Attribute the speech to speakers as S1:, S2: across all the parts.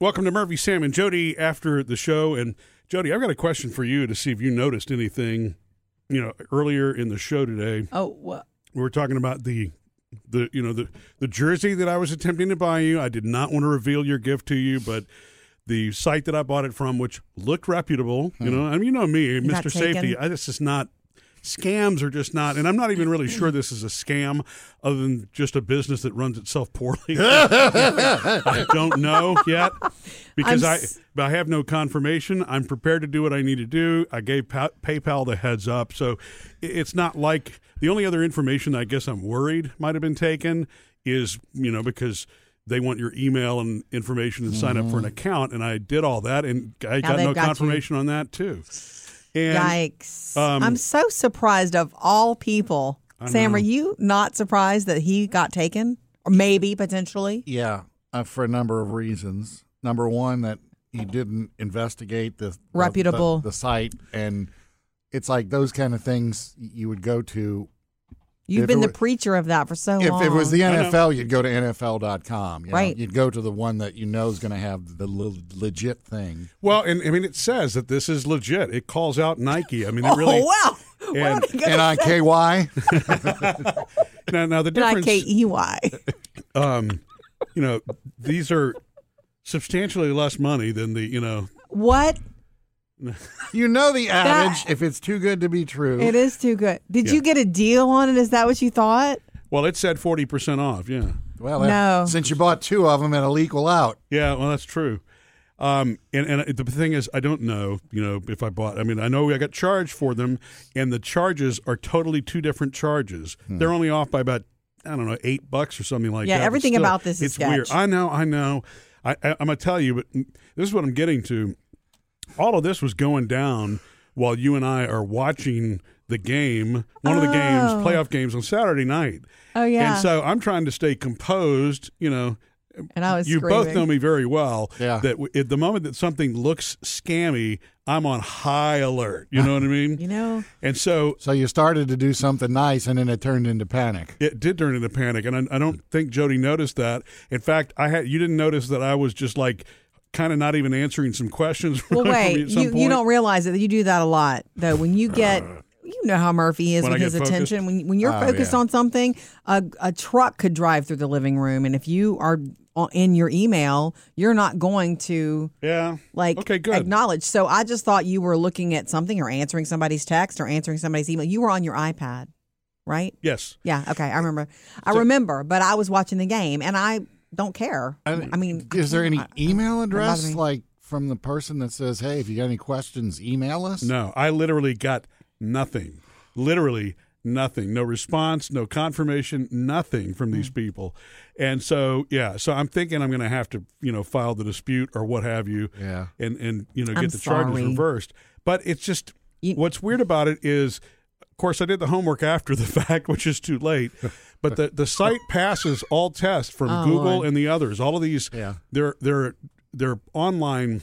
S1: Welcome to Murphy, Sam, and Jody after the show. And Jody, I've got a question for you to see if you noticed anything. You know, earlier in the show today,
S2: Oh, well,
S1: we were talking about the the you know the the jersey that I was attempting to buy you. I did not want to reveal your gift to you, but the site that I bought it from, which looked reputable, you know, I mean, you know me,
S2: got
S1: Mister Safety.
S2: taken.
S1: I, this is not scams are just not, and I'm not even really sure this is a scam, other than just a business that runs itself poorly. I don't know yet because
S2: I'm
S1: I
S2: s-
S1: but I have no confirmation. I'm prepared to do what I need to do. I gave pa- PayPal the heads up, so i- it's not like the only other information I guess I'm worried might have been taken is you know because they want your email and information to sign up for an account, and I did all that, and I got
S2: Mm-hmm. they've
S1: no
S2: got you.
S1: confirmation on that too. And
S2: yikes.
S1: um,
S2: I'm so surprised of all people. Sam,
S1: know.
S2: are you not surprised that he got taken? Or maybe, potentially?
S3: Yeah, uh, for a number of reasons. Number one, that he didn't investigate the the-
S2: Reputable-
S3: the, the site, and it's like those kind of things you would go to
S2: You've
S3: If
S2: been
S3: it
S2: the
S3: were-
S2: preacher of that for so
S3: if
S2: long.
S3: it was the
S1: I know.
S3: NFL. You'd go to NFL.com, you know?
S2: Right.
S3: You'd go to the one that you know is going to have the le- legit thing.
S1: well, and I mean it says that this is legit. It calls out Nike. I mean, it
S2: oh,
S1: really.
S2: wow.
S1: And-
S2: what
S3: N I K Y.
S1: Now, now the difference.
S2: N-I-K-E-Y.
S1: um, you know, these are substantially less money than the, you know,
S2: What?
S3: You know the adage: if it's too good to be true,
S2: It is too good. Did
S1: Yeah.
S2: you get a deal on it? Is that what you thought?
S1: well, it said 40% off. Yeah.
S3: Well,
S2: No.
S3: since you bought two of them, it'll equal out.
S1: Yeah. Well, that's true. Um, and, and the thing is, I don't know, you know, if I bought, I mean, I know I got charged for them and the charges are totally two different charges. They're only off by about, I don't know, eight bucks or something like
S2: Hmm. Yeah,
S1: that. but
S2: everything
S1: still,
S2: about this is
S1: It's weird.
S2: sketch.
S1: I know. I know. I, I, I'm going to tell you, but this is what I'm getting to. all of this was going down while you and I are watching the game, one of the games,
S2: Oh.
S1: playoff games on Saturday night.
S2: Oh, yeah.
S1: And so I'm trying to stay composed, you know.
S2: And I was
S1: You
S2: screaming.
S1: both know me very well.
S3: Yeah.
S1: That w- at the moment that something looks scammy, I'm on high alert. You know what I mean?
S2: You know,
S1: And so
S3: So you started to do something nice, and then it turned into panic.
S1: it did turn into panic, and I, I don't think Jody noticed that. In fact, I had you didn't notice that I was just like kind of not even answering some questions.
S2: well,
S1: from
S2: wait.
S1: you at some
S2: You, you
S1: point.
S2: don't realize it. You do that a lot, though. When you get, you know how Murphy is
S1: When I
S2: with
S1: get
S2: his
S1: focused?
S2: attention. When, when you're
S3: Oh,
S2: focused
S3: yeah.
S2: on something, a, a truck could drive through the living room. And if you are on- in your email, you're not going to
S1: Yeah.
S2: like
S1: Okay, good.
S2: acknowledge. So I just thought you were looking at something or answering somebody's text or answering somebody's email. You were on your iPad, right?
S1: yes.
S2: Yeah, okay, I remember. I remember, but I was watching the game and I don't care. I, mean,
S3: Is there any
S2: I-
S3: email
S2: bother
S3: address
S2: me.
S3: like from the person that says, "Hey, if you got any questions, email us"?
S1: No, I literally got nothing. Literally nothing. No response, no confirmation, nothing from
S2: Hmm.
S1: these people. And so, yeah, so I'm thinking I'm going to have to, you know, file the dispute or what have you.
S3: Yeah.
S1: And and you know, get
S2: I'm
S1: the charges
S2: sorry.
S1: reversed. But it's just
S2: You-
S1: what's weird about it is of course I did the homework after the fact, which is too late. But the, the site passes all tests from
S2: Oh,
S1: Google
S2: Lord.
S1: and the others. All of these
S3: Yeah.
S1: they're they're they're online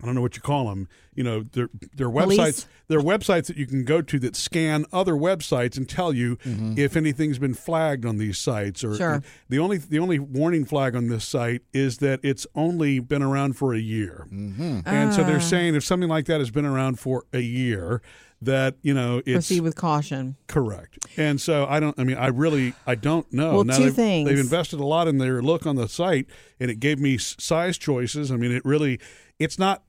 S1: I don't know what you call them. You know, they're they're
S2: Police?
S1: websites. They're websites that you can go to that scan other websites and tell you if anything's been flagged on these sites. Or
S2: Mm-hmm. Sure.
S1: the only the only warning flag on this site is that it's only been around for a year, mm-hmm. and so
S2: Ah.
S1: they're saying if something like that has been around for a year, that you know it's
S2: proceed with caution.
S1: correct. And so I don't. I mean, I really I don't know.
S2: Well, two
S1: they've,
S2: things.
S1: They've invested a lot in their look on the site, and it gave me s- size choices. I mean, it really. It's not.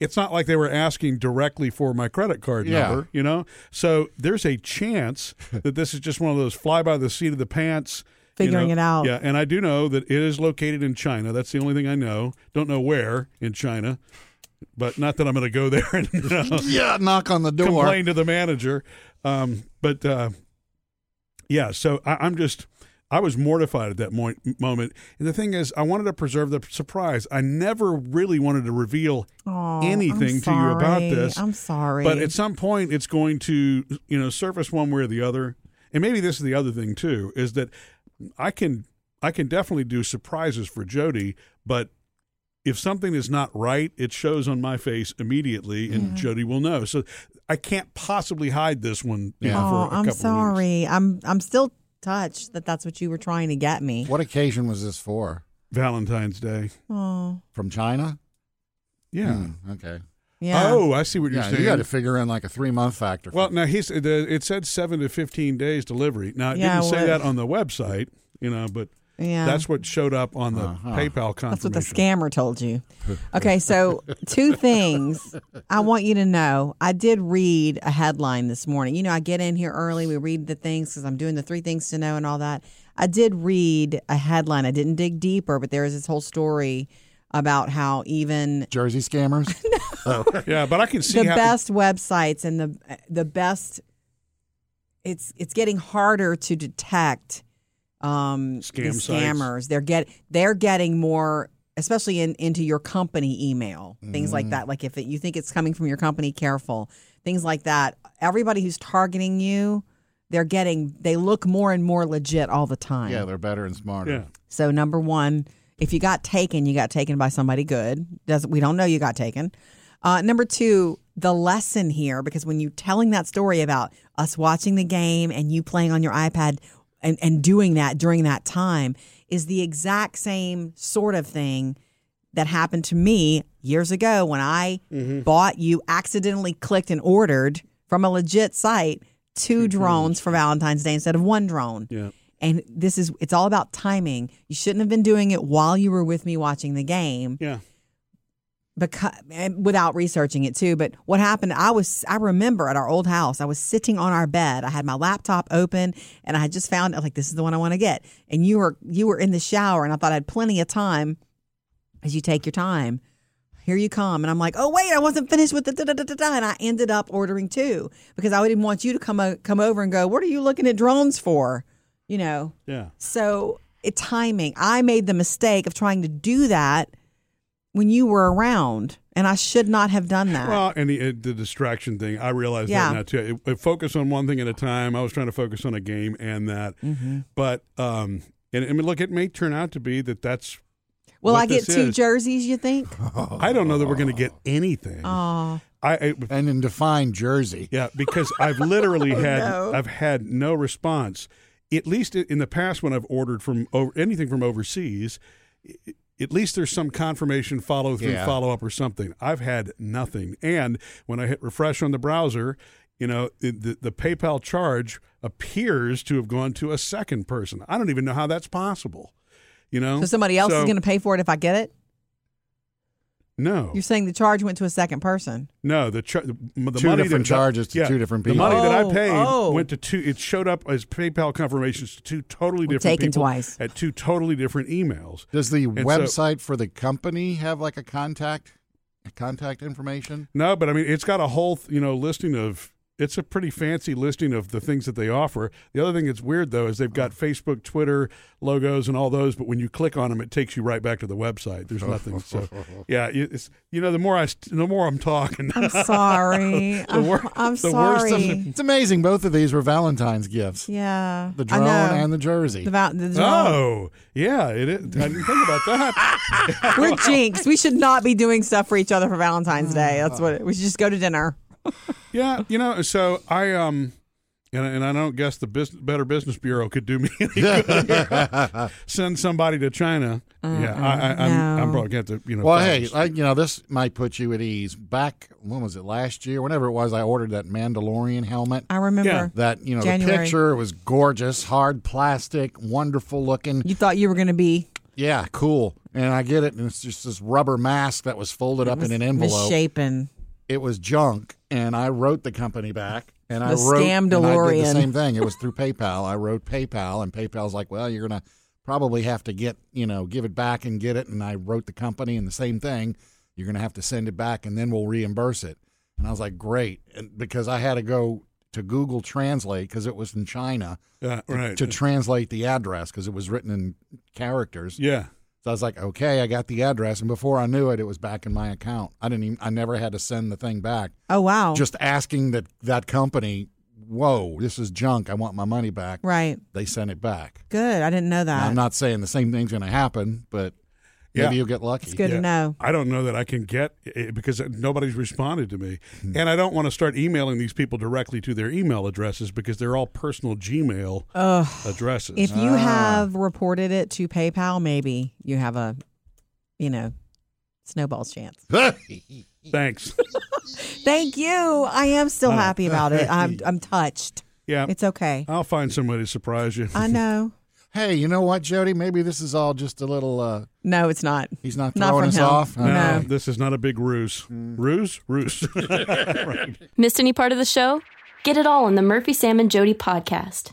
S1: It's not like they were asking directly for my credit card
S3: Yeah.
S1: number, you know. So there's a chance that this is just one of those fly by the seat of the pants. you
S2: Figuring
S1: know?
S2: it out.
S1: Yeah, and I do know that it is located in China. That's the only thing I know. Don't know where in China, but not that I'm going to go there and you know,
S3: Yeah, knock on the door.
S1: complain to the manager. Um, but uh, yeah, so I, I'm just I was mortified at that mo- moment. And the thing is, I wanted to preserve the surprise. I never really wanted to reveal
S2: Oh,
S1: anything to you about
S2: sorry.
S1: this.
S2: I'm sorry.
S1: But at some point, it's going to you know surface one way or the other. And maybe this is the other thing too is that I can I can definitely do surprises for Jody, but if something is not right, it shows on my face immediately, and Jody will know. So I can't possibly hide this one. you know,
S3: Yeah.
S1: for a
S2: oh, I'm
S1: couple of weeks.
S2: sorry. I'm I'm still touched that that's what you were trying to get me.
S3: What occasion was this for?
S1: Valentine's Day.
S2: Oh,
S3: from China.
S1: Yeah.
S3: Hmm, okay.
S2: yeah.
S1: Oh, I see what
S3: Yeah,
S1: you're saying.
S3: you got to figure in like a three month factor.
S1: well, now he's the, it said seven to fifteen days delivery. Now it
S2: Yeah,
S1: didn't say
S2: well-
S1: that on the website, you know, but
S2: yeah.
S1: that's what showed up on the
S3: Uh-huh.
S1: PayPal confirmation.
S2: That's what the scammer told you. Okay, so two things I want you to know. I did read a headline this morning. You know, I get in here early, we read the things because I'm doing the three things to know and all that. I did read a headline. I didn't dig deeper, but there was this whole story about how even
S3: Jersey scammers.
S1: Yeah, but I can see
S2: the
S1: how
S2: best websites and the the best it's it's getting harder to detect um
S1: Scam
S2: these
S1: sites.
S2: scammers they're get they're getting more especially in into your company email things
S1: Mm-hmm.
S2: like that like if it, you think it's coming from your company careful things like that everybody who's targeting you they're getting they look more and more legit all the time
S3: yeah, they're better and smarter.
S1: Yeah.
S2: so number one, if you got taken, you got taken by somebody good. Doesn't we don't know you got taken. Uh, number two, the lesson here because when you telling that story about us watching the game and you playing on your iPad and, and doing that during that time is the exact same sort of thing that happened to me years ago when I bought you accidentally clicked and ordered from a legit site two drones for Valentine's Day instead of one drone.
S1: Yeah.
S2: And this is it's all about timing. You shouldn't have been doing it while you were with me watching the game
S1: Yeah.
S2: because and without researching it too. But what happened? I was I remember at our old house, I was sitting on our bed. I had my laptop open, and I had just found I was like this is the one I want to get. And you were you were in the shower, and I thought I had plenty of time. As you take your time, here you come, and I'm like, oh wait, I wasn't finished with the da da da da da, and I ended up ordering two because I didn't want you to come o- come over and go, what are you looking at drones for? You know,
S1: Yeah.
S2: so it, timing. I made the mistake of trying to do that when you were around, and I should not have done that.
S1: Well, and the, uh, the distraction thing, I realize
S2: Ah. Yeah.
S1: that now too. It, it focused on one thing at a time. I was trying to focus on a game and that,
S2: Mm-hmm.
S1: but um, and I mean, look, it may turn out to be that that's.
S2: Will
S1: what
S2: I get
S1: this
S2: two
S1: is.
S2: jerseys? You think?
S1: I don't know that we're going to get anything.
S2: Oh,
S1: I, I
S3: And in defined Jersey.
S1: yeah, because I've literally had
S2: Oh, no.
S1: I've had no response. At least in the past, when I've ordered from over, anything from overseas, i- at least there's some confirmation, follow through,
S3: Yeah.
S1: follow up, or something. I've had nothing. And when I hit refresh on the browser, you know, it- the, the PayPal charge appears to have gone to a second person. I don't even know how that's possible. You know,
S2: so somebody else is going to pay for it if I get it.
S1: no,
S2: You're saying the charge went to a second person?
S1: No, the char- the money
S3: Two
S1: that-
S3: different
S1: that-
S3: charges to two different people.
S1: The money that
S2: Oh,
S1: I paid
S2: oh.
S1: went to two. It showed up as PayPal confirmations to two totally
S2: We're
S1: different
S2: taken
S1: people
S2: twice.
S1: at two totally different emails.
S3: Does the
S1: so-
S3: website for the company have like a contact contact information?
S1: No, but I mean, it's got a whole you know listing of. It's a pretty fancy listing of the things that they offer. The other thing that's weird though is they've got Facebook, Twitter logos, and all those. But when you click on them, it takes you right back to the website. There's nothing. So yeah, you- it's you know the more I st- the more I'm talking.
S2: I'm sorry. I'm,
S1: wor-
S2: I'm
S1: the worst of
S2: sorry.
S1: the-
S3: It's amazing. Both of these were Valentine's gifts.
S2: yeah,
S3: The
S2: I
S3: drone
S2: know.
S3: and the jersey.
S2: the, val- the drone.
S1: Oh yeah, it is. I didn't think about that.
S2: We're jinxed. We should not be doing stuff for each other for
S1: Mm.
S2: Valentine's Day. That's what it, we should just go to dinner.
S1: Yeah, you know, so I um, and and I don't guess the business, Better Business Bureau could do me any good. Send somebody to China. yeah, I, I, I'm,
S2: Uh-uh, no.
S1: I'm probably going to have to, you know.
S3: Well,
S1: follow
S3: hey,
S1: this.
S3: I, you know this might put you at ease. Back when was it? Last year, whenever it was, I ordered that Mandalorian helmet.
S2: I remember.
S1: Yeah.
S3: That you know, the
S2: Uh, January.
S3: picture was gorgeous, hard plastic, wonderful looking.
S2: You thought you were going to be
S3: Yeah, cool. And I get it. And it's just this rubber mask that was folded up in an envelope.
S2: misshapen.
S3: It was junk, and I wrote the company back. And I
S2: The
S3: wrote
S2: scam
S3: and I did
S2: DeLorean.
S3: the same thing. It was through PayPal. I wrote PayPal, and PayPal's like, "Well, you're gonna probably have to get you know give it back and get it." And I wrote the company and the same thing. You're gonna have to send it back, and then we'll reimburse it. And I was like, "Great," and because I had to go to Google Translate because it was in China
S1: Yeah, right.
S3: to translate the address because it was written in characters.
S1: yeah,
S3: So I was like, okay, I got the address, and before I knew it, it was back in my account. I didn't even, I never had to send the thing back.
S2: Oh wow!
S3: Just asking that that company, whoa, this is junk. I want my money back.
S2: right.
S3: They sent it back.
S2: Good. I didn't know
S3: Now,
S2: that.
S3: I'm not saying the same thing's going to happen, but
S1: Yeah.
S3: Maybe you'll get lucky.
S2: It's good
S1: Yeah.
S2: to know.
S1: I don't know that I can get it because nobody's responded to me.
S3: Hmm.
S1: And I don't want to start emailing these people directly to their email addresses because they're all personal Gmail addresses.
S2: If you have reported it to PayPal, maybe you have a, you know, snowball's chance.
S1: Thanks.
S2: Thank you. I am still happy about it. I'm I'm touched.
S1: Yeah.
S2: It's okay.
S1: I'll find somebody to surprise you.
S2: I know.
S3: hey, you know what, Jody? Maybe this is all just a little. uh
S2: No, it's not.
S3: He's not
S2: Not from
S3: throwing us
S2: him.
S3: off.
S1: No,
S2: No.
S1: this is not a big ruse.
S3: Hmm.
S1: Ruse? Ruse.
S4: Missed any part of the show? Get it all on the Murphy, Sam, and Jody podcast.